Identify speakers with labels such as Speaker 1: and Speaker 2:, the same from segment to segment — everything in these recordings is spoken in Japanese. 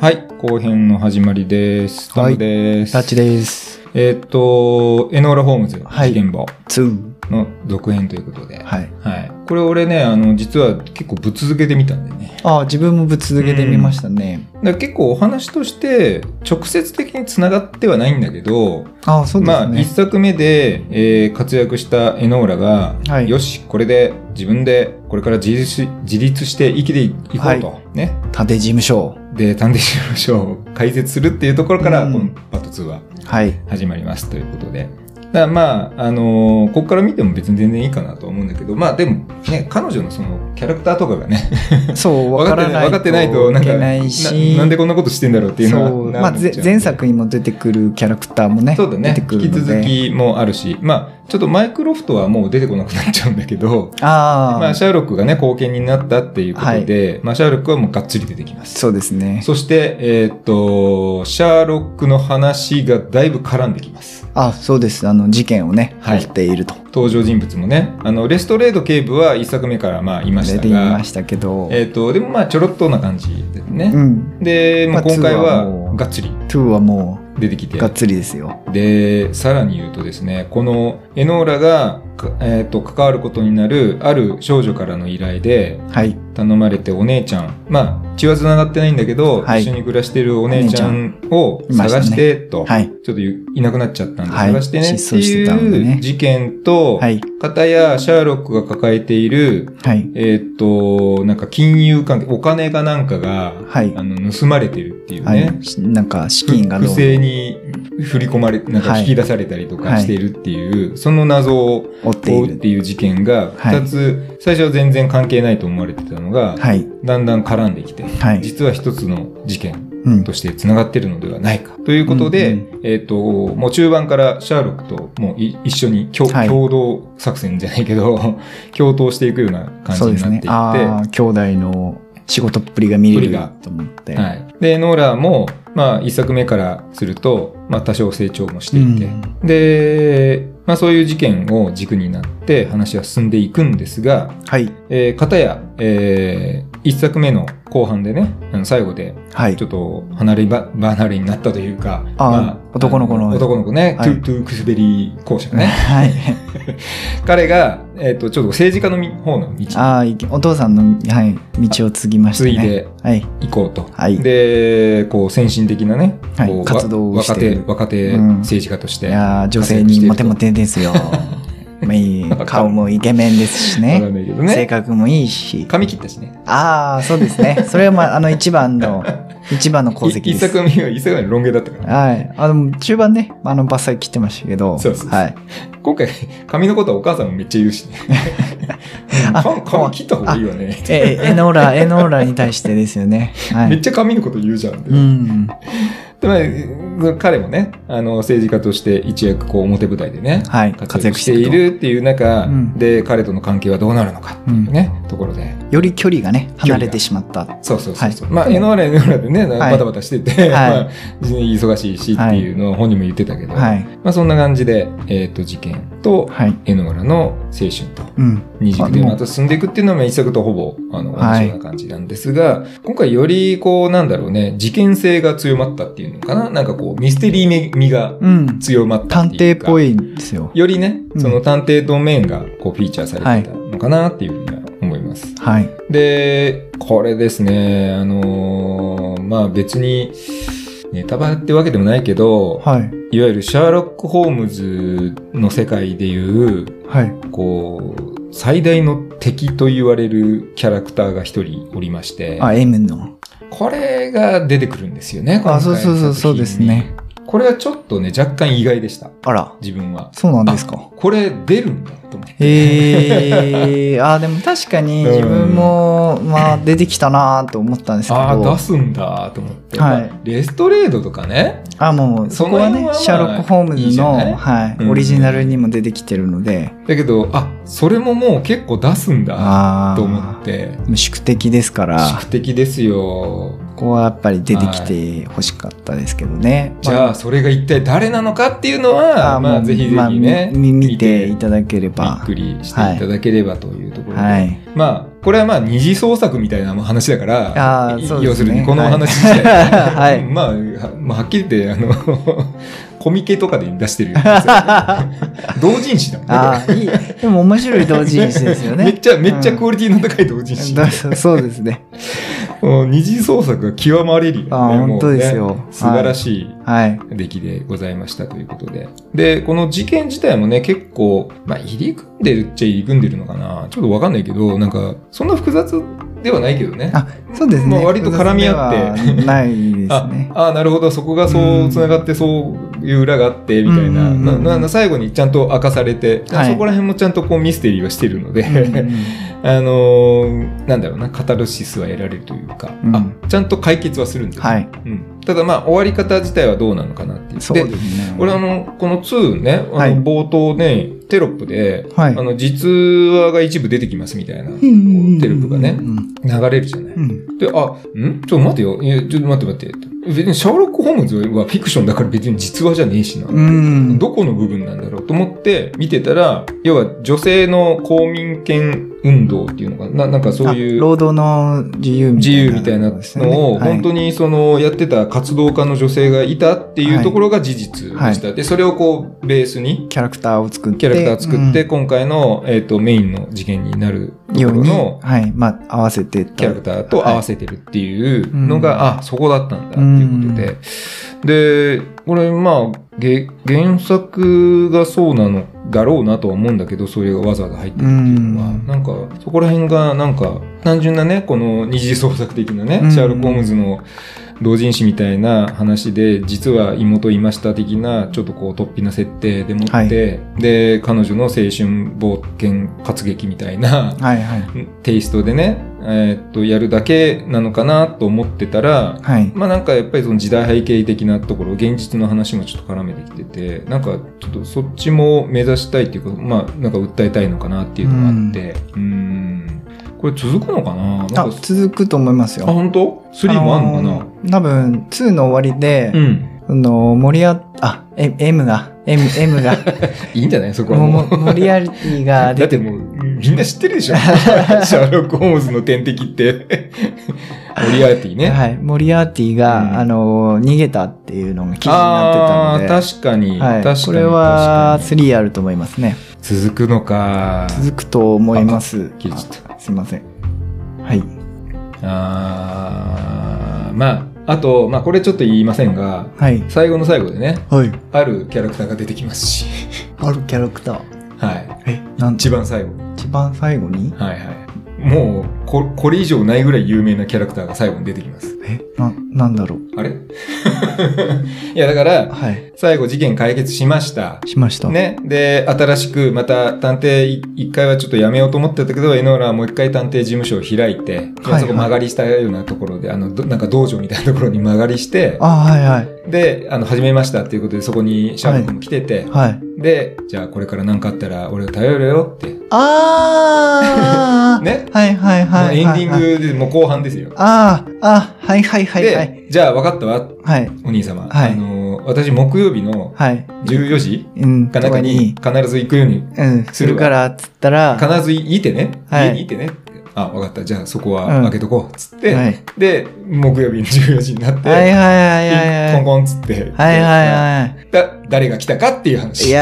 Speaker 1: はい、後編の始まりです。タ
Speaker 2: はい
Speaker 1: ムです。
Speaker 2: タッチです。
Speaker 1: えーっと、エノーラ・ホームズ、
Speaker 2: はい
Speaker 1: 事件簿
Speaker 2: 2。
Speaker 1: の続編ということで。
Speaker 2: はい。
Speaker 1: はい。これ俺ね、あの、実は結構ぶっ続けてみたんだよね。
Speaker 2: ああ、自分もぶっ続けてみましたね。
Speaker 1: だから結構お話として、直接的に繋がってはないんだけど、
Speaker 2: ああ、そうで
Speaker 1: まあ、
Speaker 2: す
Speaker 1: 一
Speaker 2: ね。
Speaker 1: 作目で、えー活躍したエノーラが、
Speaker 2: はい
Speaker 1: よし、これで自分で、これから自立し自立して生きていこうと、
Speaker 2: はい
Speaker 1: ね。
Speaker 2: 探偵事務所。
Speaker 1: で、探偵事務所を開設するっていうところから、
Speaker 2: うん
Speaker 1: このパート2は
Speaker 2: はい。
Speaker 1: 始まりますということで。だからまあ、あのーここから見ても別に全然いいかなと思うんだけど、まあでもね、彼女のそのキャラクターとかがね、
Speaker 2: そう、 わからない。
Speaker 1: 分かってないと、なん
Speaker 2: い
Speaker 1: か
Speaker 2: けないし。
Speaker 1: な、なんでこんなことしてんだろうっていうのは
Speaker 2: そう、
Speaker 1: な
Speaker 2: まあ、
Speaker 1: なっちゃ
Speaker 2: ぜ
Speaker 1: うんで
Speaker 2: 前作にも出てくるキャラクターもね、
Speaker 1: そうだね
Speaker 2: 出て。く
Speaker 1: 引
Speaker 2: る
Speaker 1: き
Speaker 2: ので。
Speaker 1: 続きもあるし、まあ、ちょっとマイクロフトはもう出てこなくなっちゃうんだけど、
Speaker 2: ああ、
Speaker 1: まあ、シャーロックがね、貢献になったっていうことで、まあ、シャーロックはもうがっつり出てきます。
Speaker 2: そうですね。
Speaker 1: そして、えーっと、シャーロックの話がだいぶ絡んできます。
Speaker 2: あそうです。あの、事件をね、
Speaker 1: はい
Speaker 2: 追っていると。
Speaker 1: 登場人物もね、あの、レストレード警部は一作目からまあ、いまし
Speaker 2: 出
Speaker 1: た
Speaker 2: ていま
Speaker 1: が、
Speaker 2: したけど。
Speaker 1: えーっと、でもまあ、ちょろっとな感じで
Speaker 2: う
Speaker 1: ね。
Speaker 2: ん。
Speaker 1: で、もう
Speaker 2: まあ
Speaker 1: 今回
Speaker 2: ツーはも
Speaker 1: は
Speaker 2: う
Speaker 1: がっつり
Speaker 2: 2はも
Speaker 1: 出てきて
Speaker 2: う、が、っつりですよ。
Speaker 1: で、さらに言うとですね、このエノーラが、かえー、と関わることになるある少女からの依頼で
Speaker 2: はい。
Speaker 1: 頼まれてお姉ちゃん、まあ血は繋がってないんだけど、
Speaker 2: はい
Speaker 1: 一緒に暮らしてるお姉ちゃんを
Speaker 2: いました
Speaker 1: 探し
Speaker 2: ね
Speaker 1: て、と、
Speaker 2: はい。
Speaker 1: ちょっといなくなっちゃったんで、
Speaker 2: はい
Speaker 1: 探してねって
Speaker 2: 失踪してたんで
Speaker 1: い
Speaker 2: ね
Speaker 1: う事件と、
Speaker 2: はい。
Speaker 1: 片やシャーロックが抱えている、
Speaker 2: はい。
Speaker 1: えーっ、と、なんか金融関係、お金かなんかが、
Speaker 2: はい
Speaker 1: あの盗まれてるっていうね、
Speaker 2: はい。しなんか、資金が
Speaker 1: 不
Speaker 2: どう
Speaker 1: 正に振り込まれなんか
Speaker 2: はい
Speaker 1: 引き出されたりとかしているっていう、その謎を
Speaker 2: 追って
Speaker 1: 追
Speaker 2: いう
Speaker 1: っ
Speaker 2: る。
Speaker 1: ていう事件が
Speaker 2: はい
Speaker 1: 2つ、最初は全然関係ないと思われてたのが、
Speaker 2: はい。
Speaker 1: だんだん絡んできて
Speaker 2: はい。
Speaker 1: 実は1つの事件
Speaker 2: うん
Speaker 1: としてつながってるのではないかということで、
Speaker 2: うん
Speaker 1: えっともう中盤からシャーロックともうい一緒に共,、
Speaker 2: はい
Speaker 1: 共同作戦じゃないけど 共闘していくような感じ
Speaker 2: そうで
Speaker 1: にな
Speaker 2: す
Speaker 1: ってい
Speaker 2: ね
Speaker 1: っ。て。
Speaker 2: ああ、兄弟の仕事っぷりが見れ
Speaker 1: っぷり
Speaker 2: る
Speaker 1: が
Speaker 2: と思って。
Speaker 1: はい、でノーラも、まあ、1作目からすると、まあ、多少成長もしていて、
Speaker 2: うん
Speaker 1: で、まあ、そういう事件を軸になって話は進んでいくんですが、
Speaker 2: はい。
Speaker 1: えー、片や、え1作目の後半でねあの最後で
Speaker 2: はい
Speaker 1: ちょ。っと離れば離れになったというか
Speaker 2: あ男の子の
Speaker 1: あ男の子ね、
Speaker 2: はい
Speaker 1: トゥトゥクスベリー校舎ね
Speaker 2: はい。
Speaker 1: 彼が、えー、とちょっと政治家のみ方の道
Speaker 2: ああ、いけお父さんの、はい、道を継ぎました
Speaker 1: つい
Speaker 2: ね。
Speaker 1: で
Speaker 2: はい。
Speaker 1: 行こうと。
Speaker 2: はい
Speaker 1: で、こう先進的なね、
Speaker 2: はい
Speaker 1: こうわ
Speaker 2: 活動をしてる
Speaker 1: 若手若手
Speaker 2: うん
Speaker 1: 政治家とし
Speaker 2: い
Speaker 1: て、
Speaker 2: やー女性にモテモテですよ。ま あいい
Speaker 1: わかる
Speaker 2: 顔もイケメンですし
Speaker 1: わか
Speaker 2: ね。
Speaker 1: んないけど
Speaker 2: 性
Speaker 1: ね。
Speaker 2: 格もいいし。
Speaker 1: 髪切ったしね。
Speaker 2: ああ、そうですね。それはまあ、あの、一 番の、一番の功績
Speaker 1: い
Speaker 2: で
Speaker 1: 一
Speaker 2: す。
Speaker 1: 作目は一作目のロン毛だったから。
Speaker 2: はい。あの、中盤ね、あの、伐採切ってましたけど。
Speaker 1: そうそうそう
Speaker 2: はい。
Speaker 1: 今回髪のことはお母さんもめっちゃ言うしね。うん
Speaker 2: あ
Speaker 1: 髪髪切った方がいいよね。
Speaker 2: え、エノーラ、エノーラに対してですよね。は
Speaker 1: めっ
Speaker 2: い。
Speaker 1: ちゃ髪のこと言うじゃんって。
Speaker 2: うん。
Speaker 1: でまあ彼もね、あの政治家として一躍こう表舞台でね、
Speaker 2: はい。
Speaker 1: 活躍してい
Speaker 2: と。
Speaker 1: るっていう中
Speaker 2: うん
Speaker 1: で、彼との関係はどうなるのかっていうね、ところで。
Speaker 2: より距離がね、
Speaker 1: 距離が
Speaker 2: 離れてしまった。
Speaker 1: そうそうそうそう。まあ、
Speaker 2: はい
Speaker 1: 江ノ原江ノ原でね、
Speaker 2: はい
Speaker 1: バタバタしてて、
Speaker 2: はい
Speaker 1: まあ、忙しいしっていうのを本人も言ってたけど、
Speaker 2: はい。
Speaker 1: まあ、そんな感じで、えっ、と、事件と、
Speaker 2: はい。
Speaker 1: 江ノ原の青春と、
Speaker 2: うん。
Speaker 1: 二軸で
Speaker 2: あもう
Speaker 1: また進んでいくっていうのは、まあ一作とほぼ、あの、同じような感じなんですが、今回より、こう、なんだろうね、事件性が強まったっていうのかななんかこう、ミステリー味が
Speaker 2: うん。
Speaker 1: 強まった
Speaker 2: 探
Speaker 1: っていう
Speaker 2: 偵っ
Speaker 1: か。
Speaker 2: ぽいんですよ。
Speaker 1: よりね、
Speaker 2: うん
Speaker 1: その探偵ドメインが、こう、フィーチャーされてたのかなっていうふうには思います。
Speaker 2: はい。
Speaker 1: で、これですね、あのーまあ別に、ネタバレってわけでもないけど、
Speaker 2: はい。
Speaker 1: いわゆるシャーロック・ホームズの世界でいう、
Speaker 2: はい。
Speaker 1: こう、最大の敵と言われるキャラクターが一人おりまして、
Speaker 2: あ、M の。
Speaker 1: これが出てくるんですよね、
Speaker 2: あ、そうそうそう、そうです。ね。
Speaker 1: これはちょっとね、若干意外でした、
Speaker 2: あら、
Speaker 1: 自分は。
Speaker 2: そうなんですか。
Speaker 1: これ出るんだと思って。
Speaker 2: へえ。あ、でも確かに
Speaker 1: うん
Speaker 2: 自分も、まあ、出てきたなと思ったんですけど。
Speaker 1: ああ、出すんだと思って、
Speaker 2: はい
Speaker 1: まあレストレードとかね、
Speaker 2: あもうそこは
Speaker 1: その辺はま
Speaker 2: ね
Speaker 1: あ
Speaker 2: シャーロック・ホーム
Speaker 1: いい
Speaker 2: ズ
Speaker 1: じゃ
Speaker 2: の
Speaker 1: ない
Speaker 2: はい
Speaker 1: うん
Speaker 2: オリジナルにも出てきてるので、
Speaker 1: だけど、あ、それももう結構出すんだ
Speaker 2: ああ
Speaker 1: と思って、
Speaker 2: て宿敵ですから
Speaker 1: 宿敵ですよ。
Speaker 2: ここはやっぱり出てきてほしかったですけどね、
Speaker 1: じゃあ、それが一体誰なのかっていうのは、ま
Speaker 2: ーも
Speaker 1: あ、
Speaker 2: う
Speaker 1: ぜひぜ
Speaker 2: まあ
Speaker 1: ひね、
Speaker 2: み見ていただけ
Speaker 1: び
Speaker 2: れ
Speaker 1: っ
Speaker 2: ば
Speaker 1: くりしていただければというところで、
Speaker 2: はい
Speaker 1: まこれはまあ二次創作みたいな話だから、
Speaker 2: あーそうですね
Speaker 1: 要するにこのお話自体はね、
Speaker 2: はいはい
Speaker 1: まあ、はまあ、はっきり言って、あの、 コミケとかで出してるようなやつ同人誌だもんねこれ
Speaker 2: ああ、いい。でも面白い同人誌ですよね。
Speaker 1: めっちゃ、めっちゃ
Speaker 2: うん
Speaker 1: クオリティの高い同人誌。
Speaker 2: だそうそうですね。
Speaker 1: もう二次創作が極まれるよね。
Speaker 2: あー本当ですよ
Speaker 1: もうね素晴らしい
Speaker 2: はい。
Speaker 1: 出来でございましたということで。で、この事件自体もね、結構、まあ、入り組んでるっちゃ入り組んでるのかな。ちょっとわかんないけど、なんか、そんな複雑ではないけどね。
Speaker 2: あそうですね。
Speaker 1: まあ割と絡み合って
Speaker 2: 複雑ではないですね。
Speaker 1: ああなるほどそこがそうつながってそういう裏があってみたいな,、
Speaker 2: うん
Speaker 1: ななな最後にちゃんと明かされて、
Speaker 2: はい
Speaker 1: そこら辺もちゃんとこうミステリーはしてるので、
Speaker 2: うん
Speaker 1: あのーなんだろうなカタルシスは得られるというか、
Speaker 2: うん
Speaker 1: あちゃんと解決はするんですよ、
Speaker 2: はい。
Speaker 1: うん、ただまあ終わり方自体はどうなのかなっていう
Speaker 2: そうですね。
Speaker 1: 俺あのこの2ねあの
Speaker 2: はい
Speaker 1: 冒頭ねテロップで、
Speaker 2: はい
Speaker 1: あの実話が一部出てきますみたいな、こうテロップがね
Speaker 2: うん
Speaker 1: 流れるじゃない。
Speaker 2: うん
Speaker 1: で、あ、んちょっと待てよ。いや、ちょっと待って待って。別にシャーロック・ホームズはフィクションだから別に実話じゃねえしな。
Speaker 2: うん。
Speaker 1: どこの部分なんだろうと思って見てたら、要は女性の公民権運動っていうのかな、ななんかそうい
Speaker 2: あ
Speaker 1: う
Speaker 2: 労働の自由みた
Speaker 1: 自
Speaker 2: いな、
Speaker 1: 由みたいなのを本当
Speaker 2: に。
Speaker 1: にそのやってた活動家の女性がいたっていうところが事実でした。で、それをこうベースに
Speaker 2: キャラクターを作って。
Speaker 1: キャラクター作って、
Speaker 2: うん
Speaker 1: 今回の、えっとメインの事件になると
Speaker 2: よう
Speaker 1: ころ
Speaker 2: に、
Speaker 1: の
Speaker 2: はい。まあ、合わせてった
Speaker 1: キャラクターと合わせてるっていうのが、
Speaker 2: は
Speaker 1: あそこだったんだっていうことで、でこれまあげ原作がそうなのだろうなとは思うんだけどそれがわざわざ入ってるっていうのは、
Speaker 2: うん
Speaker 1: なんかそこら辺がなんか単純なねこの二次創作的なね、
Speaker 2: うん
Speaker 1: シャーロック・ホームズの同人誌みたいな話で実は妹いました的なちょっとこう突飛な設定でもって、
Speaker 2: はい
Speaker 1: で彼女の青春冒険活劇みたいな
Speaker 2: はいはい。
Speaker 1: テイストでね、えーっとやるだけなのかなと思ってたら
Speaker 2: はい。
Speaker 1: まあなんかやっぱりその時代背景的なところ現実の話もちょっと絡めてきててなんかちょっとそっちも目指したいっていうかまあなんか訴えたいのかなっていうのがあってうーんこれ続くのかななんか
Speaker 2: あ、続くと思います
Speaker 1: あ
Speaker 2: よ。
Speaker 1: 本当 ?3 もあんのかな、
Speaker 2: あー多分、2の終わりで、
Speaker 1: うん
Speaker 2: その、盛りあ、あ、M, M が、M、M が、
Speaker 1: いいんじゃないそこは
Speaker 2: も
Speaker 1: も
Speaker 2: も
Speaker 1: う。
Speaker 2: モリアリティ
Speaker 1: だ
Speaker 2: が出
Speaker 1: って
Speaker 2: て
Speaker 1: もうみんな知ってるでしょ シャーロック・ホームズの天敵って モリアーティね。
Speaker 2: はい、モリアーティが、
Speaker 1: うん
Speaker 2: あの、逃げたっていうのが記事になってたの
Speaker 1: あ
Speaker 2: で、
Speaker 1: ー確かに、
Speaker 2: は
Speaker 1: 確
Speaker 2: い、
Speaker 1: かに
Speaker 2: これは
Speaker 1: 確か
Speaker 2: 3あると思いますね。
Speaker 1: に続くのか
Speaker 2: 続くと思います。
Speaker 1: 切れちゃっ
Speaker 2: あすいません。はい。
Speaker 1: あーまああと、まあ、これちょっと言いませんが
Speaker 2: はい。
Speaker 1: 最後の最後でね
Speaker 2: はい。
Speaker 1: あるキャラクターが出てきますし
Speaker 2: あるキャラクター。
Speaker 1: はい
Speaker 2: え、なん
Speaker 1: 一番最後
Speaker 2: 一番最後に
Speaker 1: はいはいもうここれ以上ないぐらい有名なキャラクターが最後に出てきます
Speaker 2: え、な、なんだろう。
Speaker 1: あれ いやだから
Speaker 2: はい。
Speaker 1: 最後事件解決しました
Speaker 2: しました。。
Speaker 1: ね。で、新しく、また探偵い一回はちょっとやめようと思ってたけど、エノーラはもう一回探偵事務所を開いて、
Speaker 2: はい
Speaker 1: そこ曲がりしたようなところで、あの、どなんか道場みたいなところに曲がりして、
Speaker 2: あ、はいはい。
Speaker 1: で、あの、始めましたっていうことで、そこにシャーロックも来てて、
Speaker 2: はい。
Speaker 1: で、じゃあこれから何かあったら俺を頼るよって、
Speaker 2: あー
Speaker 1: ね。
Speaker 2: はいはい
Speaker 1: もう
Speaker 2: はい。
Speaker 1: エンデ
Speaker 2: はいはい。
Speaker 1: ィングでもう後半ですよ。
Speaker 2: あー、あ、はいはいはいはい。
Speaker 1: で、じゃあ分かったわ、
Speaker 2: はい。
Speaker 1: お兄様。
Speaker 2: はい
Speaker 1: あのー、私木曜日の
Speaker 2: はい。
Speaker 1: 14時
Speaker 2: うん。
Speaker 1: かな
Speaker 2: と
Speaker 1: ん
Speaker 2: か
Speaker 1: かに
Speaker 2: に、
Speaker 1: 必ず行くように
Speaker 2: うん。するから、っつったら、
Speaker 1: 必ずいてね、
Speaker 2: はい
Speaker 1: 家にいてねあ分かったじゃあそこ
Speaker 2: う
Speaker 1: は
Speaker 2: ん
Speaker 1: 開けとこうっつって、
Speaker 2: はい
Speaker 1: で木曜日の14時になって、
Speaker 2: はいはいはいはい。
Speaker 1: コンコンっつって、
Speaker 2: はいはいはい。
Speaker 1: だ誰が来たかっていう話
Speaker 2: い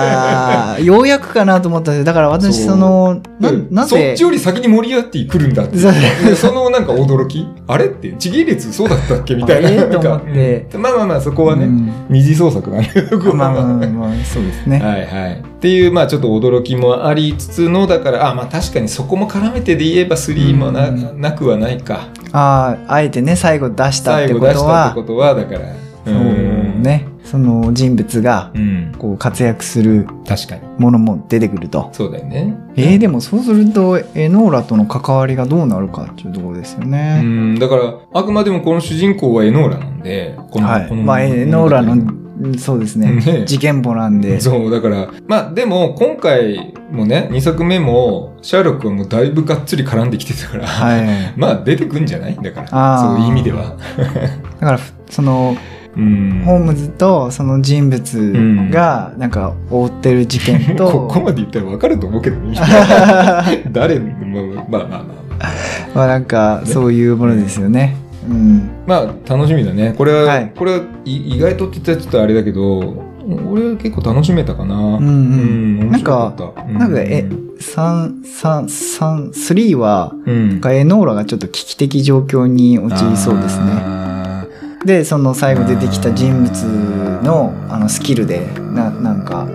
Speaker 2: やー、ようやくかなと思ったんですだから私、
Speaker 1: そう
Speaker 2: その、
Speaker 1: う
Speaker 2: な、
Speaker 1: ん
Speaker 2: な
Speaker 1: そっ
Speaker 2: ぜ
Speaker 1: ち、より先に盛り上がって来るんだって
Speaker 2: そう
Speaker 1: でそのなんか驚きあれって時系列そうだったっけみたいな
Speaker 2: あれ
Speaker 1: なんか
Speaker 2: と思って
Speaker 1: うんまあまあまあそこはね、
Speaker 2: うん
Speaker 1: 二次創作 なんでよく
Speaker 2: まあまあまあ
Speaker 1: は
Speaker 2: まあ、そうですね。
Speaker 1: いはいっていうまあちょっと驚きもありつつのだからあまあ確かにそこも絡めてで言えば3もな,、
Speaker 2: う
Speaker 1: なくはないか
Speaker 2: ああ、あえてね、最後出したっ
Speaker 1: 最
Speaker 2: て
Speaker 1: 後
Speaker 2: こ
Speaker 1: 出し
Speaker 2: と
Speaker 1: たっ
Speaker 2: は
Speaker 1: てこ、とはだから
Speaker 2: そうね、その人物が
Speaker 1: う、ん
Speaker 2: こう、活躍する
Speaker 1: 確かに
Speaker 2: ものも出てくると。
Speaker 1: そうだよね
Speaker 2: えー、でもそうすると、エノーラとの関わりがどうなるかっていうところですよ
Speaker 1: う
Speaker 2: ね。
Speaker 1: んだからあくまでもこの主人公はエノーラなんでこの,、
Speaker 2: はい。
Speaker 1: この
Speaker 2: まあ、エノーラの、
Speaker 1: 物語
Speaker 2: うんそうですね。
Speaker 1: ね
Speaker 2: 事件簿なんで。
Speaker 1: そうだからまあでも今回もね2作目もシャーロックはもうだいぶがっつり絡んできてたから、
Speaker 2: はい。
Speaker 1: まあ出てくんじゃないだから
Speaker 2: あー
Speaker 1: そういう意味では
Speaker 2: だから、その、
Speaker 1: うん
Speaker 2: ホームズとその人物が、なんか、追って る事件と、
Speaker 1: ここまで言ったらわかると思うけどね誰まあまあまあまあまあ
Speaker 2: まあなんか、そういうものですよね。うん。
Speaker 1: まあ楽しみだねこれは、
Speaker 2: はい
Speaker 1: これはい意外とって言ったらちょっとあれだけど俺は結構楽しめたかな
Speaker 2: うんうん
Speaker 1: 面白った
Speaker 2: なんかえ
Speaker 1: うん
Speaker 2: 三三三スリーは、
Speaker 1: うん
Speaker 2: なんかエノーラがちょっと危機的状況に陥りそうですね。
Speaker 1: あ
Speaker 2: で、その最後出てきた人物の
Speaker 1: あー
Speaker 2: あのスキルで、な、なんか、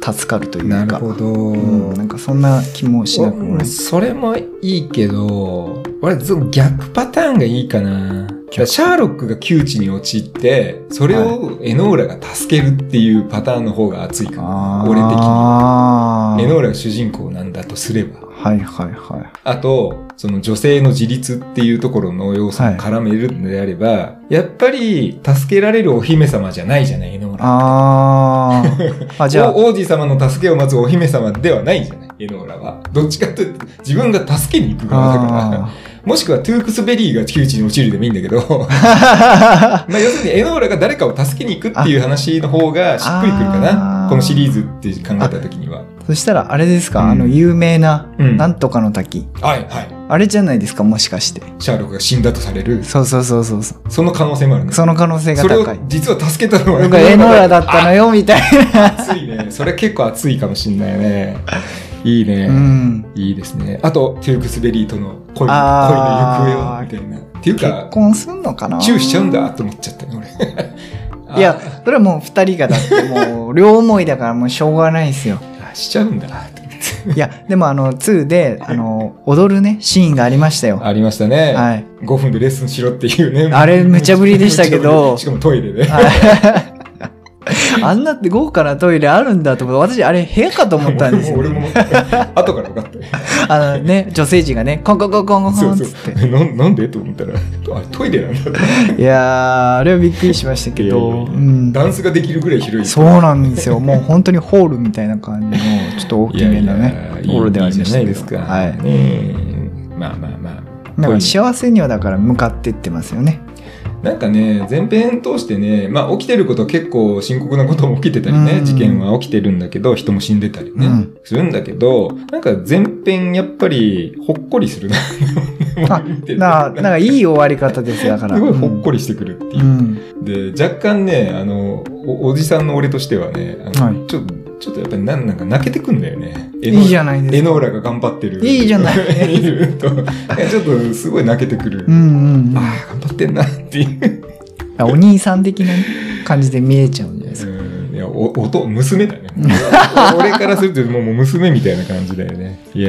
Speaker 2: た助かるとい
Speaker 1: ーな
Speaker 2: う
Speaker 1: る
Speaker 2: か。
Speaker 1: ほど、
Speaker 2: うん、なんかそんな気もしなくもない。
Speaker 1: それもいいけど、俺、ず逆パターンがいいかな。だからシャーロックが窮地に陥って、それをエノーラが助けるっていうパターンの方が熱いかな。俺的に。
Speaker 2: あー
Speaker 1: エノーラが主人公なんだとすれば。
Speaker 2: はいはいは
Speaker 1: あと、その女性の自立っていうところの要素を絡めるのであれば、やっぱり助けられるお姫様じゃないじゃない、エノー
Speaker 2: い。
Speaker 1: ラ。
Speaker 2: あー。あ、じゃあ、
Speaker 1: お王子様の助けを待つお姫様ではないじゃない、エノーラは。どっちかというと、自分が助けに行く側だから。
Speaker 2: あ
Speaker 1: もしくはトゥークスベリーが窮地に陥るでもいいんだけ ど、
Speaker 2: ー
Speaker 1: まあ要するにエノーラが誰かを助けに行くっていう話の方がしっくりくるか
Speaker 2: あ
Speaker 1: な。
Speaker 2: ー
Speaker 1: このシリーズって考えた時には。
Speaker 2: そしたら、あれですか、
Speaker 1: うん
Speaker 2: あの、有名な、
Speaker 1: うん
Speaker 2: なんとかの滝。
Speaker 1: はいは
Speaker 2: あれじゃないですか、もしかして。
Speaker 1: い。シャーロックが死んだとされる、
Speaker 2: そうそうそうそうそう。
Speaker 1: その可能性もあるね。
Speaker 2: その可能性が
Speaker 1: それを
Speaker 2: 高い。
Speaker 1: 実は助けたのは
Speaker 2: 僕がエノーラだったのよ、みたい
Speaker 1: あ熱いね。それ結構熱いかもしんないね。いいね。
Speaker 2: な。うん。
Speaker 1: いいですね。あと、トゥークスベリーとの恋の恋の行
Speaker 2: あ
Speaker 1: 方を
Speaker 2: ー
Speaker 1: みたいな。っていう
Speaker 2: 結
Speaker 1: か、
Speaker 2: 婚すんのかな
Speaker 1: チューしちゃうんだと思っちゃったね、俺。
Speaker 2: いや、それはもう二人がだってもう、両思いだからもうしょうがないですよ。
Speaker 1: あ、しちゃうんだ と思って。
Speaker 2: いや、でもあの、2で、あの、踊るね、シーンがありましたよ。
Speaker 1: ありましたね。
Speaker 2: はい。
Speaker 1: 5分でレッスンしろっていうね。
Speaker 2: あれ無茶ぶりでしたけど
Speaker 1: 無茶ぶりしかもトイレで。
Speaker 2: はい あんなって豪華なトイレあるんだと思って、私あれ部屋かと思ったんですよ。
Speaker 1: 俺も、俺も 後から分かった。
Speaker 2: あのね、女性陣がね、コンコンコンコンコンコ
Speaker 1: そ
Speaker 2: ン
Speaker 1: う
Speaker 2: っ
Speaker 1: そ
Speaker 2: つって。
Speaker 1: う。ななんでと思ったら、あれトイレなんだって
Speaker 2: いやー、あれはびっくりしましたけ
Speaker 1: いやい
Speaker 2: ど、
Speaker 1: や
Speaker 2: う
Speaker 1: いや
Speaker 2: ん。
Speaker 1: ダンスができるぐらい広い。
Speaker 2: そうなんですよ。もう本当にホールみたいな感じの、ちょっと大
Speaker 1: い
Speaker 2: き
Speaker 1: や
Speaker 2: め
Speaker 1: い
Speaker 2: な
Speaker 1: や
Speaker 2: ね、
Speaker 1: いい
Speaker 2: ホールではあり
Speaker 1: じ
Speaker 2: ま
Speaker 1: ゃ
Speaker 2: し
Speaker 1: な
Speaker 2: た
Speaker 1: い
Speaker 2: け
Speaker 1: で
Speaker 2: ど。
Speaker 1: すか。
Speaker 2: はい。
Speaker 1: ねえまあまあまあ。
Speaker 2: なん
Speaker 1: トイ
Speaker 2: か
Speaker 1: レ
Speaker 2: 幸せにはだから向かってってますよね。
Speaker 1: なんかね、前編通してね、まあ起きてること結構深刻なことも起きてたり
Speaker 2: う
Speaker 1: ね、
Speaker 2: ん
Speaker 1: 事件は起きてるんだけど、人も死んでたりね、
Speaker 2: うん
Speaker 1: するんだけど、なんか前編やっぱりほっこりするな。
Speaker 2: あ、
Speaker 1: 見てて
Speaker 2: な、なんかいい終わり方ですよ、だから。
Speaker 1: すごいほっこりしてくるって
Speaker 2: う
Speaker 1: いう。
Speaker 2: ん。
Speaker 1: で、若干ね、あのお、おじさんの俺としてはね、あの
Speaker 2: はい
Speaker 1: ちょっと、ちょっとやっぱりなんなんか泣けてくんだよね。い
Speaker 2: いいじゃないですか
Speaker 1: エノーラが頑張ってる。
Speaker 2: いいじゃない
Speaker 1: 見ると、なんかちょっとすごい泣けてくる。
Speaker 2: うんうんうん、
Speaker 1: ああ、頑張ってんなっていう。
Speaker 2: お兄さん的なね感じで見えちゃうんじゃないですか。
Speaker 1: うんいや、お、おと、娘だ ね。俺からするともうもう娘みたいな感じだよね。いや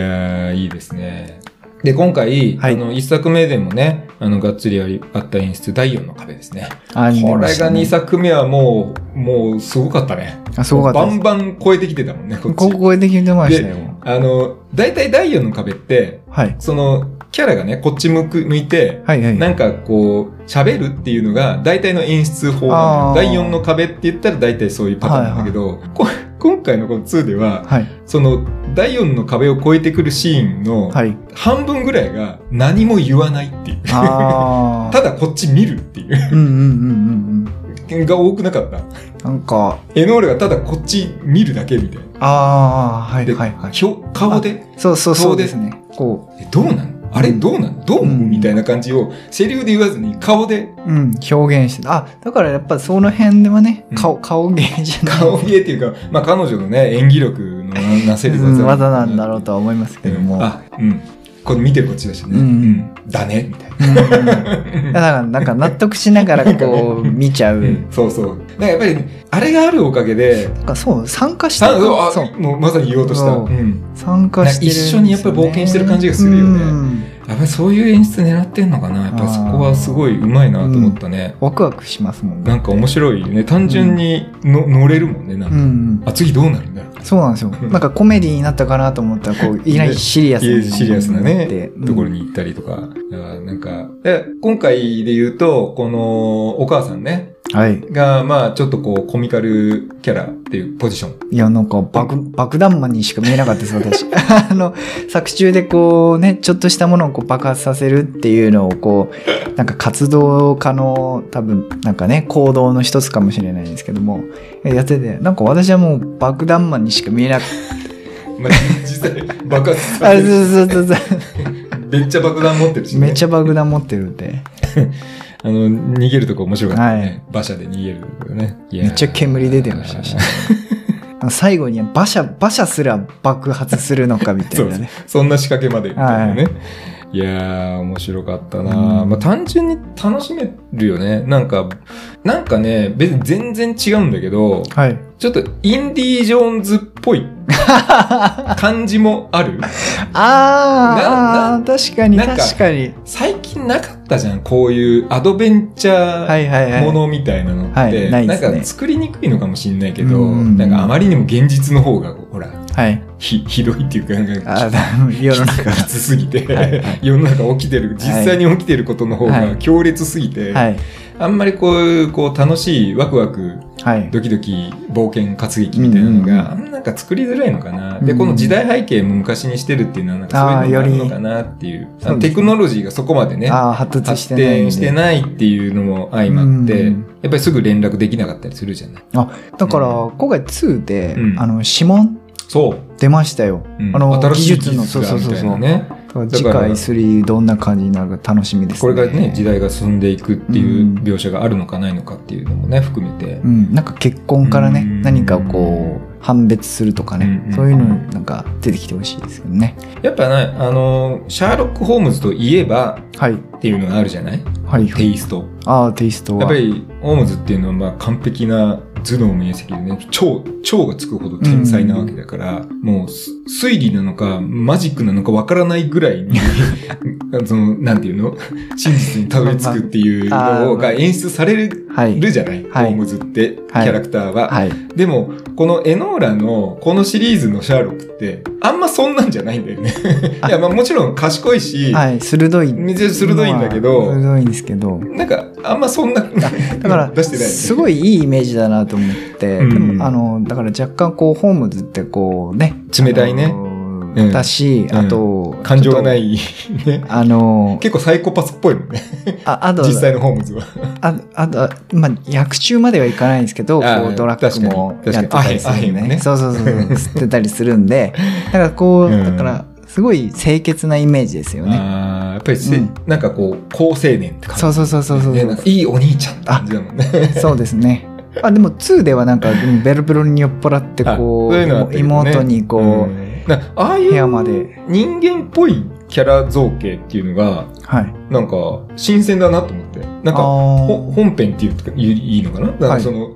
Speaker 1: ー、いいですね。で、今回、
Speaker 2: はい
Speaker 1: あの、一作目でもね、あの、がっつりありあった演出、第4の壁ですね。
Speaker 2: あ
Speaker 1: これが2
Speaker 2: 二
Speaker 1: 作目はもう、もう、すごかったね。
Speaker 2: あ、すごかった
Speaker 1: バ
Speaker 2: で
Speaker 1: ンバン超えてきてたもんね、こっ
Speaker 2: す。
Speaker 1: ち。
Speaker 2: ここ超えてきてましたよ。
Speaker 1: あの、大体第4の壁って、
Speaker 2: はい。
Speaker 1: その、キャラがね、こっち向く、向いて、
Speaker 2: はいはい。
Speaker 1: なんかこう喋るっていうのが大体の演出法な
Speaker 2: あー
Speaker 1: のよ第4の壁って言ったら大体そういうパターンなんだけど、こ今回のこの2では
Speaker 2: はい。
Speaker 1: その第4の壁を越えてくるシーンの
Speaker 2: はい。
Speaker 1: 半分ぐらいが何も言わないっていう。
Speaker 2: あ
Speaker 1: ただこっち見るっていう
Speaker 2: あ。うんうんうんうんうん。
Speaker 1: が多くなかった。
Speaker 2: なんか、
Speaker 1: エノールがただこっち見るだけみたいな。
Speaker 2: ああ、はい
Speaker 1: で、
Speaker 2: はいはい。
Speaker 1: 表顔で、
Speaker 2: そうそう
Speaker 1: そ
Speaker 2: そうう
Speaker 1: で
Speaker 2: ですすね。こ
Speaker 1: えどうなんあれ
Speaker 2: うん
Speaker 1: どうなんどう思う
Speaker 2: うん
Speaker 1: みたいな感じを、セリフで言わずに顔で
Speaker 2: う、うん、表現してた。あ、だからやっぱその辺ではね
Speaker 1: うん、
Speaker 2: 顔、顔芸じゃない。
Speaker 1: 顔見えっていうか、まあ彼女のね、演技力のななせる
Speaker 2: うん技なんだろうとは思いますけ
Speaker 1: う
Speaker 2: ど
Speaker 1: ん
Speaker 2: も。
Speaker 1: あ、うん。これ見てるこっちだしね。
Speaker 2: うん
Speaker 1: うんだね、みたいな。
Speaker 2: うんうんうんいやだから、なんか納得しながらこう、見ちゃう。
Speaker 1: うんそうそう。だからやっぱり、あれがあるおかげで、
Speaker 2: なんかそう、参加して
Speaker 1: さ
Speaker 2: る。
Speaker 1: あ
Speaker 2: そう。
Speaker 1: もうまさに言おうとした。
Speaker 2: そう
Speaker 1: うん
Speaker 2: 参加してるんですよ
Speaker 1: 一緒
Speaker 2: ね、
Speaker 1: にやっぱり冒険してる感じがするよね
Speaker 2: うん
Speaker 1: やっぱりそういう演出狙ってんのかな。やっぱりそこはすごいうまいなと思ったね。
Speaker 2: ワクワクしますもんね
Speaker 1: なんか面白いね。単純にの、乗れるもんね。なん
Speaker 2: う
Speaker 1: か、
Speaker 2: んうん
Speaker 1: あ、次どうなるんだろう。
Speaker 2: そうなんですよなんかコメディになったかなと思ったらこういきなりシリアス
Speaker 1: い
Speaker 2: な
Speaker 1: やシリアスなね、ところ
Speaker 2: に
Speaker 1: に行ったりとか。あーなんか、で今回で言うと、このお母さんね、
Speaker 2: はい
Speaker 1: が、まあ、ちょっとこう、コミカルキャラっていうポジション。
Speaker 2: いやなんか爆爆弾魔にしか見えなかったです私あの作中でこうねちょっとしたものをこう爆発させるっていうのをこうなんか活動家の多分なんかね行動の一つかもしれないですけどもやっててなんか私はもう爆弾魔にしか見えなくて
Speaker 1: まあ、実際、爆発
Speaker 2: あ
Speaker 1: される。
Speaker 2: そうそうそうそう
Speaker 1: めっちゃ爆弾持ってるし、ね。
Speaker 2: めっちゃ爆弾持ってるって。
Speaker 1: あの、逃げるとこ面白かったね。
Speaker 2: はい
Speaker 1: 馬車で逃げるとこね。いやー
Speaker 2: めっちゃ煙出てましたし。 最後に馬車、馬車すら爆発するのかみたいなね。
Speaker 1: そんな仕掛けまでみたいなね。い、やー、面白かったな、
Speaker 2: うん
Speaker 1: まあ単純に楽しめるよね。なんか、なんかね、別に全然違うんだけど、
Speaker 2: はい。
Speaker 1: ちょっとインディ・ージョーンズっぽ い感じもある。
Speaker 2: あーあー、確かに
Speaker 1: なんか
Speaker 2: 確かに。
Speaker 1: 最近なかったじゃん、こういうアドベンチャ
Speaker 2: は
Speaker 1: ー
Speaker 2: いはいはい。
Speaker 1: ものみたいなのって。
Speaker 2: はいないですね
Speaker 1: んか作りにくいのかもしれないけ
Speaker 2: う
Speaker 1: ど、
Speaker 2: ん
Speaker 1: なんかあまりにも現実の方が、ほら、
Speaker 2: はい。
Speaker 1: ひ ひどいっていうか、なんか
Speaker 2: あー世の中。
Speaker 1: きつすぎて、
Speaker 2: はいは
Speaker 1: 世の中起きてる実際に起きてることの方
Speaker 2: は
Speaker 1: が
Speaker 2: い
Speaker 1: 強烈すぎて、
Speaker 2: はい。
Speaker 1: あんまりこういうこう楽しいワクワク
Speaker 2: はい。
Speaker 1: ドキドキ冒険活劇みたいなのが、なんか作りづらいのかな、で
Speaker 2: うん
Speaker 1: この時代背景も昔にしてるっていうのはなんかそういうのがあるのかなっていう
Speaker 2: あーより
Speaker 1: あのテクノロジーがそこまでね
Speaker 2: ああ、発達し
Speaker 1: 発
Speaker 2: てないんで。
Speaker 1: 展してないっていうのも相まって、
Speaker 2: うん
Speaker 1: やっぱりすぐ連絡できなかったりするじゃない。
Speaker 2: だから、
Speaker 1: う
Speaker 2: 今回2で、
Speaker 1: うん
Speaker 2: あの、指紋
Speaker 1: そう。
Speaker 2: 出ましたよ。
Speaker 1: うん
Speaker 2: あの、
Speaker 1: 新
Speaker 2: 技
Speaker 1: しい技
Speaker 2: 術の、
Speaker 1: 術
Speaker 2: そう
Speaker 1: が
Speaker 2: そう
Speaker 1: み
Speaker 2: そう
Speaker 1: たい
Speaker 2: そ
Speaker 1: な
Speaker 2: う。
Speaker 1: ね。
Speaker 2: 次回3どんな感じになるか楽しみですね。
Speaker 1: これからね時代が進んでいくっていう
Speaker 2: うん
Speaker 1: 描写があるのかないのかっていうのもね含めて
Speaker 2: う、ん、なんか結婚からね、
Speaker 1: うん
Speaker 2: 何かこう判別するとかね、
Speaker 1: うんうん
Speaker 2: そういうのなんか出てきてほしいですよね。
Speaker 1: やっぱねあのシャーロック・ホームズといえば
Speaker 2: はい
Speaker 1: っていうのがあるじゃない
Speaker 2: はい
Speaker 1: テイスト
Speaker 2: ああテイストは
Speaker 1: やっぱりホームズっていうのはまあ完璧な頭脳明晰でね超超がつくほど天才なわけだから、もうす推理なのかマジックなのかわからないぐらいに そのなんていうの真実にたどり着くっていうのが演出される
Speaker 2: はい
Speaker 1: じゃない、
Speaker 2: はい
Speaker 1: ホームズってキ
Speaker 2: はい
Speaker 1: ャラクターは、
Speaker 2: はい
Speaker 1: でも、このエノーラのこのシリーズのシャーロックって、あんまそんなんじゃないんだよね。
Speaker 2: あ
Speaker 1: いや、まあもちろん賢いし、
Speaker 2: はい鋭い
Speaker 1: めっちゃ鋭いんだけ
Speaker 2: まあ
Speaker 1: ど、
Speaker 2: 鋭いんですけど
Speaker 1: なんか、あんまそんな、
Speaker 2: だから
Speaker 1: 出してないよね。
Speaker 2: すごいいいイメージだなと思って、
Speaker 1: うん
Speaker 2: でもあのだから若干こうホームズってこうね
Speaker 1: 冷たいね
Speaker 2: あのー
Speaker 1: うん
Speaker 2: だし、あと
Speaker 1: 感情がな
Speaker 2: ちょっ
Speaker 1: い。ね
Speaker 2: と。あのー
Speaker 1: 結構サイコパスっぽいもんね。
Speaker 2: ああと
Speaker 1: 実際のホームズは。
Speaker 2: ああと、まあ、役中まではいかないんですけど、
Speaker 1: あー
Speaker 2: こうドラッグもやっ
Speaker 1: 確
Speaker 2: て
Speaker 1: かに確かに
Speaker 2: たりす
Speaker 1: アヘ
Speaker 2: る
Speaker 1: ン
Speaker 2: ん
Speaker 1: アヘンも
Speaker 2: でね。
Speaker 1: ね
Speaker 2: そうそうそ うそう、吸ってたりするんで、だからこう、
Speaker 1: うん
Speaker 2: だから、すごい清潔なイメージですよね。
Speaker 1: あーやっぱりせ、
Speaker 2: うん
Speaker 1: なんかこう、好青年って
Speaker 2: そ
Speaker 1: 感
Speaker 2: うそうそうそう
Speaker 1: じ。
Speaker 2: そう。
Speaker 1: ねなんかいいお兄ちゃんって感じだもんね。
Speaker 2: そうですね。あ、でも2ではなんか、うんベロベロに酔っ払って、こ
Speaker 1: あ
Speaker 2: う、
Speaker 1: そういうのはあったけどね
Speaker 2: 妹にこう、
Speaker 1: うんなああい
Speaker 2: 部屋
Speaker 1: う
Speaker 2: まで、
Speaker 1: 人間っぽいキャラ造形っていうのが、
Speaker 2: はい。
Speaker 1: なんか、新鮮だなと思って。なんか、ほ
Speaker 2: あ
Speaker 1: 本編っていうかいいいのかななんか
Speaker 2: はい
Speaker 1: その、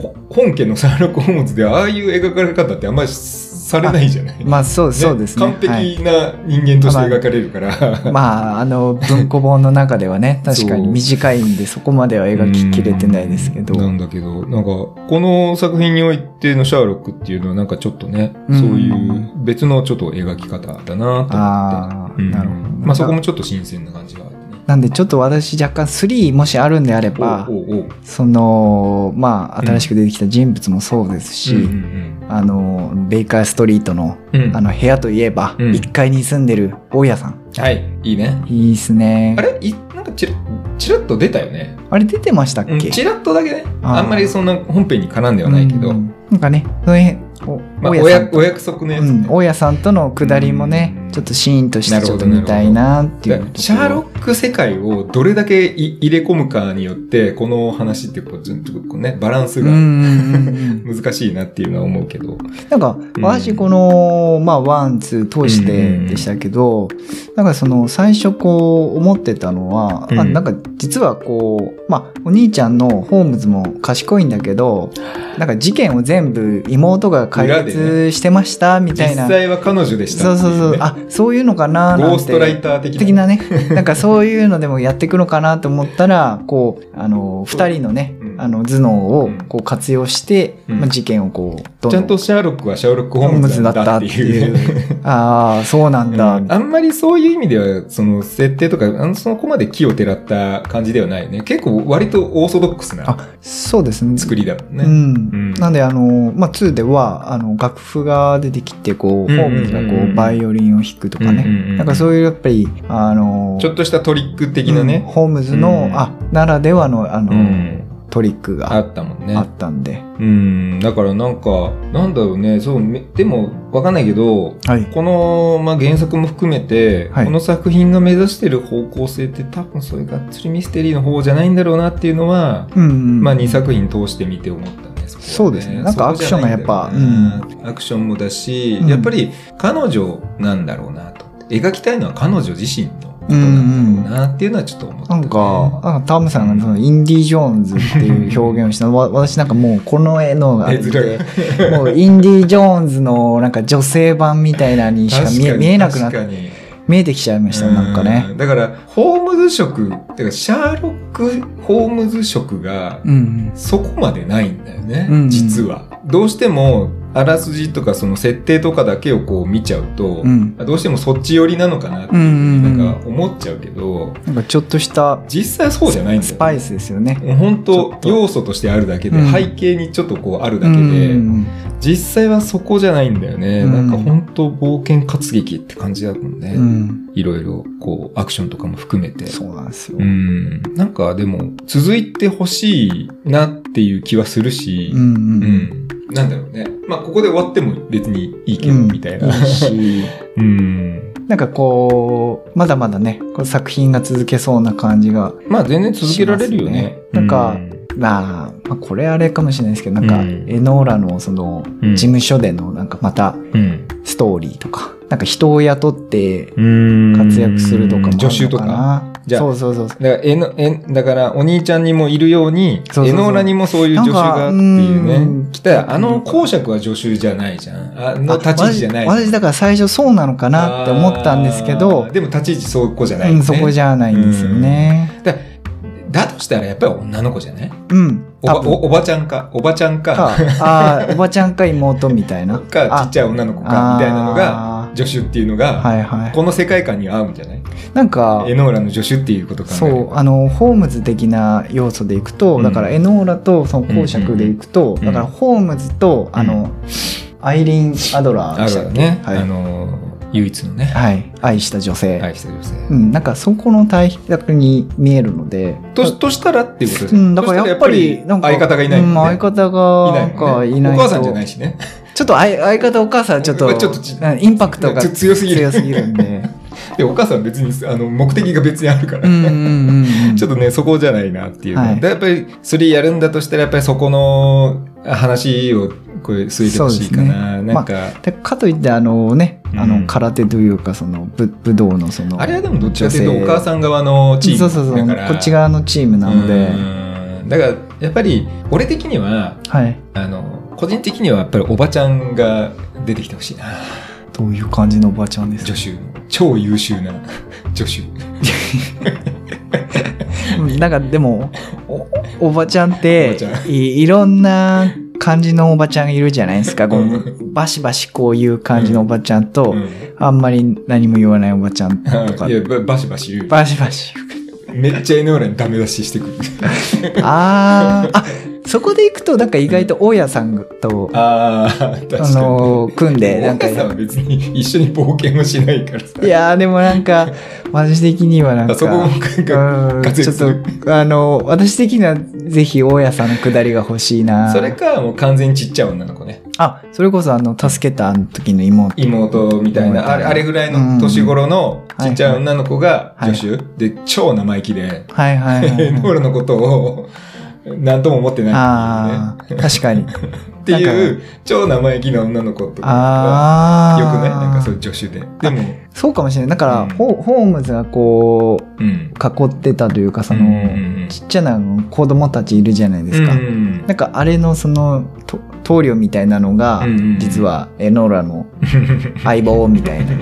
Speaker 1: ほ本家のシャーロック・ホームズでああいう描かれ方ってあんまりされないじゃない、
Speaker 2: あ、まあそう、そうですね。
Speaker 1: 完
Speaker 2: はい
Speaker 1: 璧な人間として描かれるから、
Speaker 2: まあ、あの、文庫本の中ではね、確か に
Speaker 1: そう
Speaker 2: 短いんで、そこまでは描ききれてないですけど。
Speaker 1: なんだけど、なんか、この作品においてのシャーロックっていうのはなんかちょっとね、
Speaker 2: うん
Speaker 1: そういう別のちょっと描き方だなと思って。
Speaker 2: ああ、
Speaker 1: うん
Speaker 2: なるほど。
Speaker 1: まあそこもちょっと新鮮な感じがあってね。
Speaker 2: なんでちょっと私若干3もしあるんであれば
Speaker 1: おうおうおう
Speaker 2: そのまあ新しく出てきた人物もそうですし、
Speaker 1: うんうん
Speaker 2: あのベイカーストリートの
Speaker 1: うんうん
Speaker 2: あの部屋といえば、
Speaker 1: うん
Speaker 2: 1階に住んでる大家さん
Speaker 1: はい、いいね。
Speaker 2: いいっすね
Speaker 1: あれいなんかちらちらっと出たよね。
Speaker 2: あれ出てましたっけ、
Speaker 1: うん、ちらっとだけね
Speaker 2: あー
Speaker 1: あんまりそんな本編に絡んではないけど、
Speaker 2: うんなんかねその辺お,、
Speaker 1: まあ、お
Speaker 2: 大家さ
Speaker 1: や
Speaker 2: ん
Speaker 1: お約束のやつ、
Speaker 2: う
Speaker 1: ね
Speaker 2: ん、大家さんとの下りもね、
Speaker 1: うん
Speaker 2: ちょっとシーンとし
Speaker 1: な
Speaker 2: て
Speaker 1: る
Speaker 2: ちょ
Speaker 1: ほ
Speaker 2: っ
Speaker 1: ど
Speaker 2: と見たいなっていう
Speaker 1: だからシャーロ
Speaker 2: ク
Speaker 1: ック世界をどれだけい入れ込むかによってこの話ってこうちょっとこう、ね、バランス
Speaker 2: うんう
Speaker 1: が
Speaker 2: んうんうん
Speaker 1: 難しいなっていうのは思うけど、
Speaker 2: なんか、私この、まあ、ワン、ツー通してでしたけど、なんかその、最初こう、思ってたのは、
Speaker 1: うん
Speaker 2: あなんか、実はこう、まあ、お兄ちゃんのホームズも賢いんだけど、なんか事件を全部妹が解
Speaker 1: 裏で
Speaker 2: 決してました、みた
Speaker 1: 実
Speaker 2: いな。
Speaker 1: 際は彼女でした
Speaker 2: そう
Speaker 1: ってい
Speaker 2: そう
Speaker 1: ね
Speaker 2: そう。あ、そういうのかななんて。
Speaker 1: ゴーストライター的
Speaker 2: 的
Speaker 1: な
Speaker 2: なね、 なんかそういうのでもやっていくのかなと思ったら、こう、あの、二人のね
Speaker 1: う、ん
Speaker 2: あの、頭脳
Speaker 1: う
Speaker 2: を
Speaker 1: ん
Speaker 2: こう活用して、
Speaker 1: うん
Speaker 2: まあ、事件をこう、どん
Speaker 1: ち
Speaker 2: ど
Speaker 1: ゃ
Speaker 2: ん
Speaker 1: んとシャーロックはシャーロック・ホームズだったっていう
Speaker 2: ホームズだったってああ、そうなんだ。
Speaker 1: うんあんまりそういう意味では、その設定とか、あのそこまで気をてらった感じではないよね。結構割とオーソドックスな
Speaker 2: あ、そうですね。
Speaker 1: 作りだもんね。
Speaker 2: う。
Speaker 1: うんん
Speaker 2: なんで、あの、まあ、2では、あの、楽譜が出てきて、こう、ホ
Speaker 1: うんうんうん
Speaker 2: ー
Speaker 1: うん
Speaker 2: ムズがこう、バイオリンを弾くと
Speaker 1: う
Speaker 2: か
Speaker 1: んうんう
Speaker 2: ね。
Speaker 1: ん
Speaker 2: なんかそういう、やっぱり、あの、
Speaker 1: ちょっとしたトリック的な
Speaker 2: うん
Speaker 1: ね。
Speaker 2: ホームズ
Speaker 1: う
Speaker 2: の、
Speaker 1: ん
Speaker 2: あ、ならではの、あの、
Speaker 1: うん。
Speaker 2: トリック
Speaker 1: あ
Speaker 2: が
Speaker 1: ったもん
Speaker 2: あ
Speaker 1: ね。
Speaker 2: ったんで。
Speaker 1: うん、だからなんか、なんだろうね、そう、めでも、わかんないけど、
Speaker 2: はい。
Speaker 1: この、まあ、原作も含めて、
Speaker 2: はい
Speaker 1: この作品が目指してる方向性って多分そういうがっつりミステリーの方じゃないんだろうなっていうのは、
Speaker 2: うんうん。
Speaker 1: まあ2作品通してみて思ったね。こは
Speaker 2: そうですねなんかアクションがやっぱ
Speaker 1: そこじゃないんだよねアクションもだし、
Speaker 2: うん
Speaker 1: やっぱり彼女なんだろうなと。描きたいのは彼女自身のこと
Speaker 2: う
Speaker 1: なん
Speaker 2: ん
Speaker 1: だろうん
Speaker 2: う。
Speaker 1: なっていうのはちょっと思った、
Speaker 2: な
Speaker 1: ね。
Speaker 2: んか、あタムさんがそのインディ・ジョーンズっていう表現をしたわ私なんかもうこの絵のがあっ
Speaker 1: 絵面
Speaker 2: て、もうインディ・ジョーンズのなんか女性版みたいなにしか見え見えなくなっ
Speaker 1: 確か
Speaker 2: て、
Speaker 1: に
Speaker 2: 見えてきちゃいました、なんか
Speaker 1: う
Speaker 2: ね。
Speaker 1: んだから、ホームズ色、だからシャーロック・ホームズ色が
Speaker 2: うん
Speaker 1: そこまでないんだよね、
Speaker 2: うん
Speaker 1: 実は。どうしても、あらすじとかその設定とかだけをこう見ちゃうと、
Speaker 2: うん。うん。
Speaker 1: どうしてもそっち寄りなのかなって
Speaker 2: うんうんうん
Speaker 1: なんか思っちゃうけど、
Speaker 2: なんかちょっとした
Speaker 1: 実際そうじゃないんだ
Speaker 2: ス
Speaker 1: よ
Speaker 2: パ
Speaker 1: ね。
Speaker 2: イスですよね。
Speaker 1: 本
Speaker 2: ちょ
Speaker 1: 当
Speaker 2: っと
Speaker 1: 要素としてあるだけで、
Speaker 2: うん
Speaker 1: 背景にちょっとこうあるだ
Speaker 2: う
Speaker 1: け
Speaker 2: ん
Speaker 1: で、
Speaker 2: うん
Speaker 1: 実際はそこじゃないんだよね。
Speaker 2: うん
Speaker 1: なんか本当冒険活劇って感じだもんね。
Speaker 2: うん。うん
Speaker 1: いろいろこうアクションとかも含めて。
Speaker 2: そうなんですよ
Speaker 1: う。ん。なんかでも続いてほしいなっていう気はするし、
Speaker 2: うんうん
Speaker 1: うんなんだろうね。まあここで終わっても別にいいけど、
Speaker 2: うん
Speaker 1: みたいな。
Speaker 2: いいし
Speaker 1: うん。
Speaker 2: なんかこう、まだまだね、こう作品が続けそうな感じが、
Speaker 1: まあ全然続けられるよね。
Speaker 2: しますねなんか
Speaker 1: うん
Speaker 2: まあ、まあこれあれかもしれないですけど、なんか、
Speaker 1: うん
Speaker 2: エノーラのその、
Speaker 1: うん
Speaker 2: 事務所でのなんかまた
Speaker 1: うん
Speaker 2: ストーリーとか、なんか人を雇って
Speaker 1: うん
Speaker 2: 活躍するとかもあるのかな。
Speaker 1: 助手とか。じゃあ
Speaker 2: そうそうそうそう。
Speaker 1: だから、えの、え、だから、お兄ちゃんにもいるように、
Speaker 2: そうそうそ
Speaker 1: エ
Speaker 2: う
Speaker 1: ノーラにもそういう助手がっていう
Speaker 2: な
Speaker 1: ね
Speaker 2: ん。か
Speaker 1: 来たら、あの公爵は助手じゃないじゃん。あの立ち位置じゃない
Speaker 2: あ私私だから最初そうなのかなって思ったんですけ
Speaker 1: あ
Speaker 2: ど
Speaker 1: ー、でも立ち位置そうこじゃない、
Speaker 2: うん、そこじ
Speaker 1: ゃ。
Speaker 2: ゃないんですよね。
Speaker 1: だだとしたら、やっぱり女の子じゃない
Speaker 2: うん。
Speaker 1: おば
Speaker 2: 多分
Speaker 1: おおばちゃんか、おばちゃん
Speaker 2: か、
Speaker 1: か、
Speaker 2: あーおばちゃんか妹みたいな。
Speaker 1: か、ちっちゃい女の子か、みたいなのが、
Speaker 2: が。
Speaker 1: 助手っていうのが、
Speaker 2: はいはい。
Speaker 1: この世界観に合うんじゃない
Speaker 2: なんか、
Speaker 1: エノーラの助手っていうこと考え
Speaker 2: そ
Speaker 1: れ
Speaker 2: う
Speaker 1: ば
Speaker 2: あのホームズ的な要素でいくと、
Speaker 1: うん
Speaker 2: だからエノーラとその公爵でいくと、
Speaker 1: んうん
Speaker 2: だからホームズと、
Speaker 1: うん
Speaker 2: あのアイリン・アドラー
Speaker 1: あ
Speaker 2: でし
Speaker 1: るあ
Speaker 2: たっ
Speaker 1: る
Speaker 2: け
Speaker 1: ね、
Speaker 2: はい
Speaker 1: あの唯一のね、
Speaker 2: はい、愛した女性、
Speaker 1: 愛した女性、
Speaker 2: うん、なんかそこの対比逆に見えるので
Speaker 1: ととしたらっていうことです
Speaker 2: う
Speaker 1: ね
Speaker 2: ん、だからやっぱりなんか
Speaker 1: 相方がいないもん
Speaker 2: う
Speaker 1: ね
Speaker 2: ん、相方がなんか
Speaker 1: いないもんね
Speaker 2: いない
Speaker 1: お母さんじゃないいしね
Speaker 2: ちょっと相相方お母さんはちょっと
Speaker 1: ちょっとち
Speaker 2: うんインパクトが
Speaker 1: ちょ強すぎる
Speaker 2: 強すぎるんで
Speaker 1: でお母さんは別にあの目的が別にあるから、
Speaker 2: うんうんうん、う ん、
Speaker 1: ちょっとねそこじゃないなっていう、
Speaker 2: はい
Speaker 1: でやっぱりそれやるんだとしたらやっぱりそこの話をこれ据えてほしいかな、
Speaker 2: そうですね
Speaker 1: なんか、
Speaker 2: でかといってあのね、あ
Speaker 1: うん
Speaker 2: の空手というかそのぶ武道のその
Speaker 1: あれはでもどっちかというとお母
Speaker 2: ん
Speaker 1: さん側のチーム
Speaker 2: そうそうそう
Speaker 1: だから
Speaker 2: こっち側のチームなので
Speaker 1: うんだからやっぱり俺的には
Speaker 2: はい
Speaker 1: あの個人的にはやっぱりおばちゃんが出てきてほしいな
Speaker 2: どういう感じのおばちゃんです
Speaker 1: 助
Speaker 2: か
Speaker 1: 手超優秀な助手
Speaker 2: うんなんかでもおおばちゃんっ
Speaker 1: おば
Speaker 2: て
Speaker 1: ちゃ
Speaker 2: いいろんな感じのおばちゃんがいるじゃないですかこ
Speaker 1: う
Speaker 2: うバシバシこういう感じのおばちゃんと、
Speaker 1: うん
Speaker 2: あんまり何も言わないおばちゃんとか
Speaker 1: いやばバシバシ言う
Speaker 2: バシバシ
Speaker 1: めっちゃ江ノ浦にダメ出ししてくる
Speaker 2: あーあそこでいくとなんか意外と大家さんと
Speaker 1: ああ確かに
Speaker 2: あの組んで
Speaker 1: な
Speaker 2: なんんか
Speaker 1: さんは別に一緒に冒険をしないからさ
Speaker 2: いやーでもなんか私的にはなんか
Speaker 1: あそこもなんか
Speaker 2: うん
Speaker 1: 活
Speaker 2: ちょ
Speaker 1: 躍
Speaker 2: っ
Speaker 1: する
Speaker 2: とあの私的にはぜひ大家さんのくだりが欲しい な
Speaker 1: それかもう完全にちっちゃい女の子ね
Speaker 2: あそれこそあの助けた時の妹
Speaker 1: 妹みたいなあれあれぐらいの年頃のちっちゃい女の子が
Speaker 2: うんはい
Speaker 1: 助手で超生意気で
Speaker 2: はいはい はい、
Speaker 1: 江ノ
Speaker 2: はい
Speaker 1: 浦のことを何とも思ってない
Speaker 2: ああ確か に
Speaker 1: っていうねっていう超生意気な女の子とかは
Speaker 2: ああ
Speaker 1: よくないなんかそういう助手で。でも、
Speaker 2: そうかもしれないだから、
Speaker 1: うん
Speaker 2: ホホームズがこう
Speaker 1: うん。
Speaker 2: 囲ってたというかその、
Speaker 1: うん
Speaker 2: ちっちゃな子供たちいるじゃないですか、
Speaker 1: うん
Speaker 2: なんかあれのそのと棟梁みたいなのが、
Speaker 1: うんうん
Speaker 2: 実はエノーラの相棒みたいな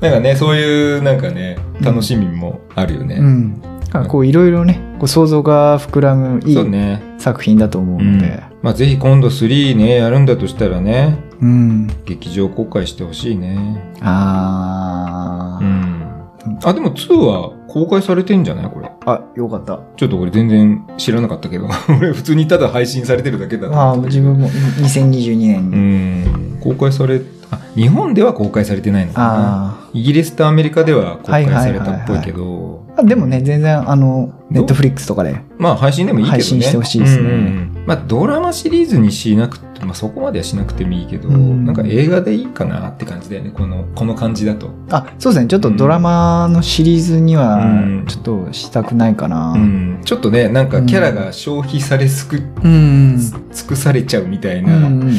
Speaker 1: なんかね、そういうなんかね、
Speaker 2: うん
Speaker 1: 楽しみもあるよ
Speaker 2: う
Speaker 1: ね。
Speaker 2: ん、なんかこういろいろねこう想像が膨らむい
Speaker 1: そう
Speaker 2: い
Speaker 1: ね。
Speaker 2: 作品だと思う
Speaker 1: う
Speaker 2: の
Speaker 1: ん
Speaker 2: で、
Speaker 1: まあぜひ今度3ね、やるんだとしたらね、
Speaker 2: うん
Speaker 1: 劇場公開してほしいね。
Speaker 2: あ
Speaker 1: う
Speaker 2: ー、
Speaker 1: ん。あ、でも2は公開されてんじゃないこれ。
Speaker 2: あよかった
Speaker 1: ちょっと俺全然知らなかったけど。 俺普通にただ配信されてるだけだな。
Speaker 2: あー自分も2022年
Speaker 1: う
Speaker 2: に、
Speaker 1: ん。公開され、あ、日本では公開されてないのかな。
Speaker 2: あ
Speaker 1: イギリスとアメリカでは公開されたっぽいけど、
Speaker 2: ーあでもね、全然、あの、ネットフリックスとかで。
Speaker 1: まあ配信でもいいけどね。
Speaker 2: 配信してほしいですね
Speaker 1: うんうんうんまあドラマシリーズにしなくて、まあそこまではしなくてもいいけど、
Speaker 2: うん
Speaker 1: なんか映画でいいかなって感じだよね。この、この感じだと。
Speaker 2: あ、そうですね。ちょっとドラマのシリーズには
Speaker 1: うん、
Speaker 2: ちょっとしたくないかな。
Speaker 1: うん。ちょっとね、なんかキャラが消費されすく、
Speaker 2: うん
Speaker 1: 尽くされちゃうみたい
Speaker 2: うんうん
Speaker 1: な
Speaker 2: うん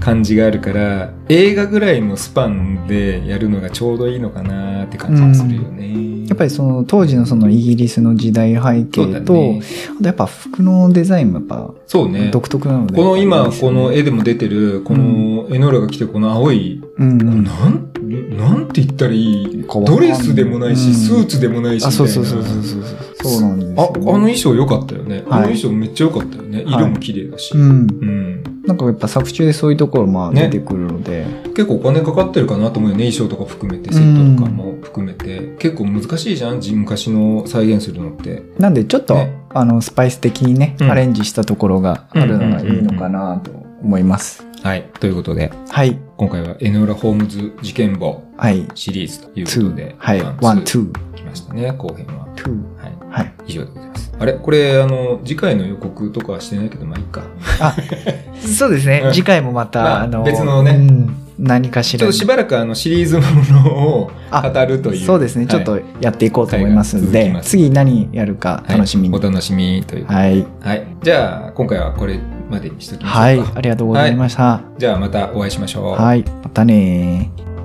Speaker 1: 感じがあるから、映画ぐらいのスパンでやるのがちょうどいいのかなって感じがするよね。
Speaker 2: やっぱりその当時のそのイギリスの時代背
Speaker 1: そうだ
Speaker 2: 景と、
Speaker 1: ね。
Speaker 2: あとやっぱ服のデザインもやっぱ
Speaker 1: そうね。
Speaker 2: 独特なので、
Speaker 1: この今、この絵でも出てる、このエノーラが着てるこの青い
Speaker 2: うんうん、
Speaker 1: なん、なんて言ったらいい
Speaker 2: かわかん
Speaker 1: ドレスでもないし、
Speaker 2: うん
Speaker 1: スーツでもないしみたいな。
Speaker 2: あ、そうそうそうそうそうそう。そうなんですよ
Speaker 1: あ、あの衣装良かったよね。あの
Speaker 2: はい
Speaker 1: 衣装めっちゃ良かったよね。
Speaker 2: はい
Speaker 1: 色も綺麗だし。
Speaker 2: うん。
Speaker 1: うん。
Speaker 2: なんかやっぱ作中でそういうところも
Speaker 1: ね
Speaker 2: 出てくるので、
Speaker 1: 結構お金かかってるかなと思うよね。衣装とか含めて、セットとかも含めて。結構難しいじゃんじ昔の再現するのって。
Speaker 2: なんでちょっと、
Speaker 1: ね
Speaker 2: あのスパイス的にね、
Speaker 1: うん
Speaker 2: アレンジしたところがあるのがいいのかなと思います。
Speaker 1: はい。ということで、
Speaker 2: はい。
Speaker 1: 今回はエノーラ・ホームズ事件簿
Speaker 2: はい。
Speaker 1: シリーズということ
Speaker 2: 2
Speaker 1: で。
Speaker 2: はい。
Speaker 1: ワン、
Speaker 2: 1、
Speaker 1: ツー
Speaker 2: 2、
Speaker 1: 来ましたね、後編は。
Speaker 2: 2。
Speaker 1: はい。
Speaker 2: はい。
Speaker 1: 以上でございます。あれこれ、あの、次回の予告とかはしてないけど、まあいいか。
Speaker 2: そうですね。
Speaker 1: うん
Speaker 2: 次回もまた、
Speaker 1: まあ
Speaker 2: あの、
Speaker 1: 別のね
Speaker 2: うん何かし
Speaker 1: ち
Speaker 2: ら
Speaker 1: ょっと
Speaker 2: に。
Speaker 1: しばらくあのシリーズものを
Speaker 2: あ
Speaker 1: 語るという。
Speaker 2: そうですね。
Speaker 1: はい
Speaker 2: ちょっとやっていこうと思いますん
Speaker 1: 回が続
Speaker 2: で、
Speaker 1: きます
Speaker 2: 次何やるか楽しみに。
Speaker 1: はいお楽しみという。
Speaker 2: はい。
Speaker 1: はい。じゃあ、今回はこれまでにしときましょうか。
Speaker 2: はい。ありがとうございました。
Speaker 1: じゃあ、またお会いしましょう。
Speaker 2: はい。またねー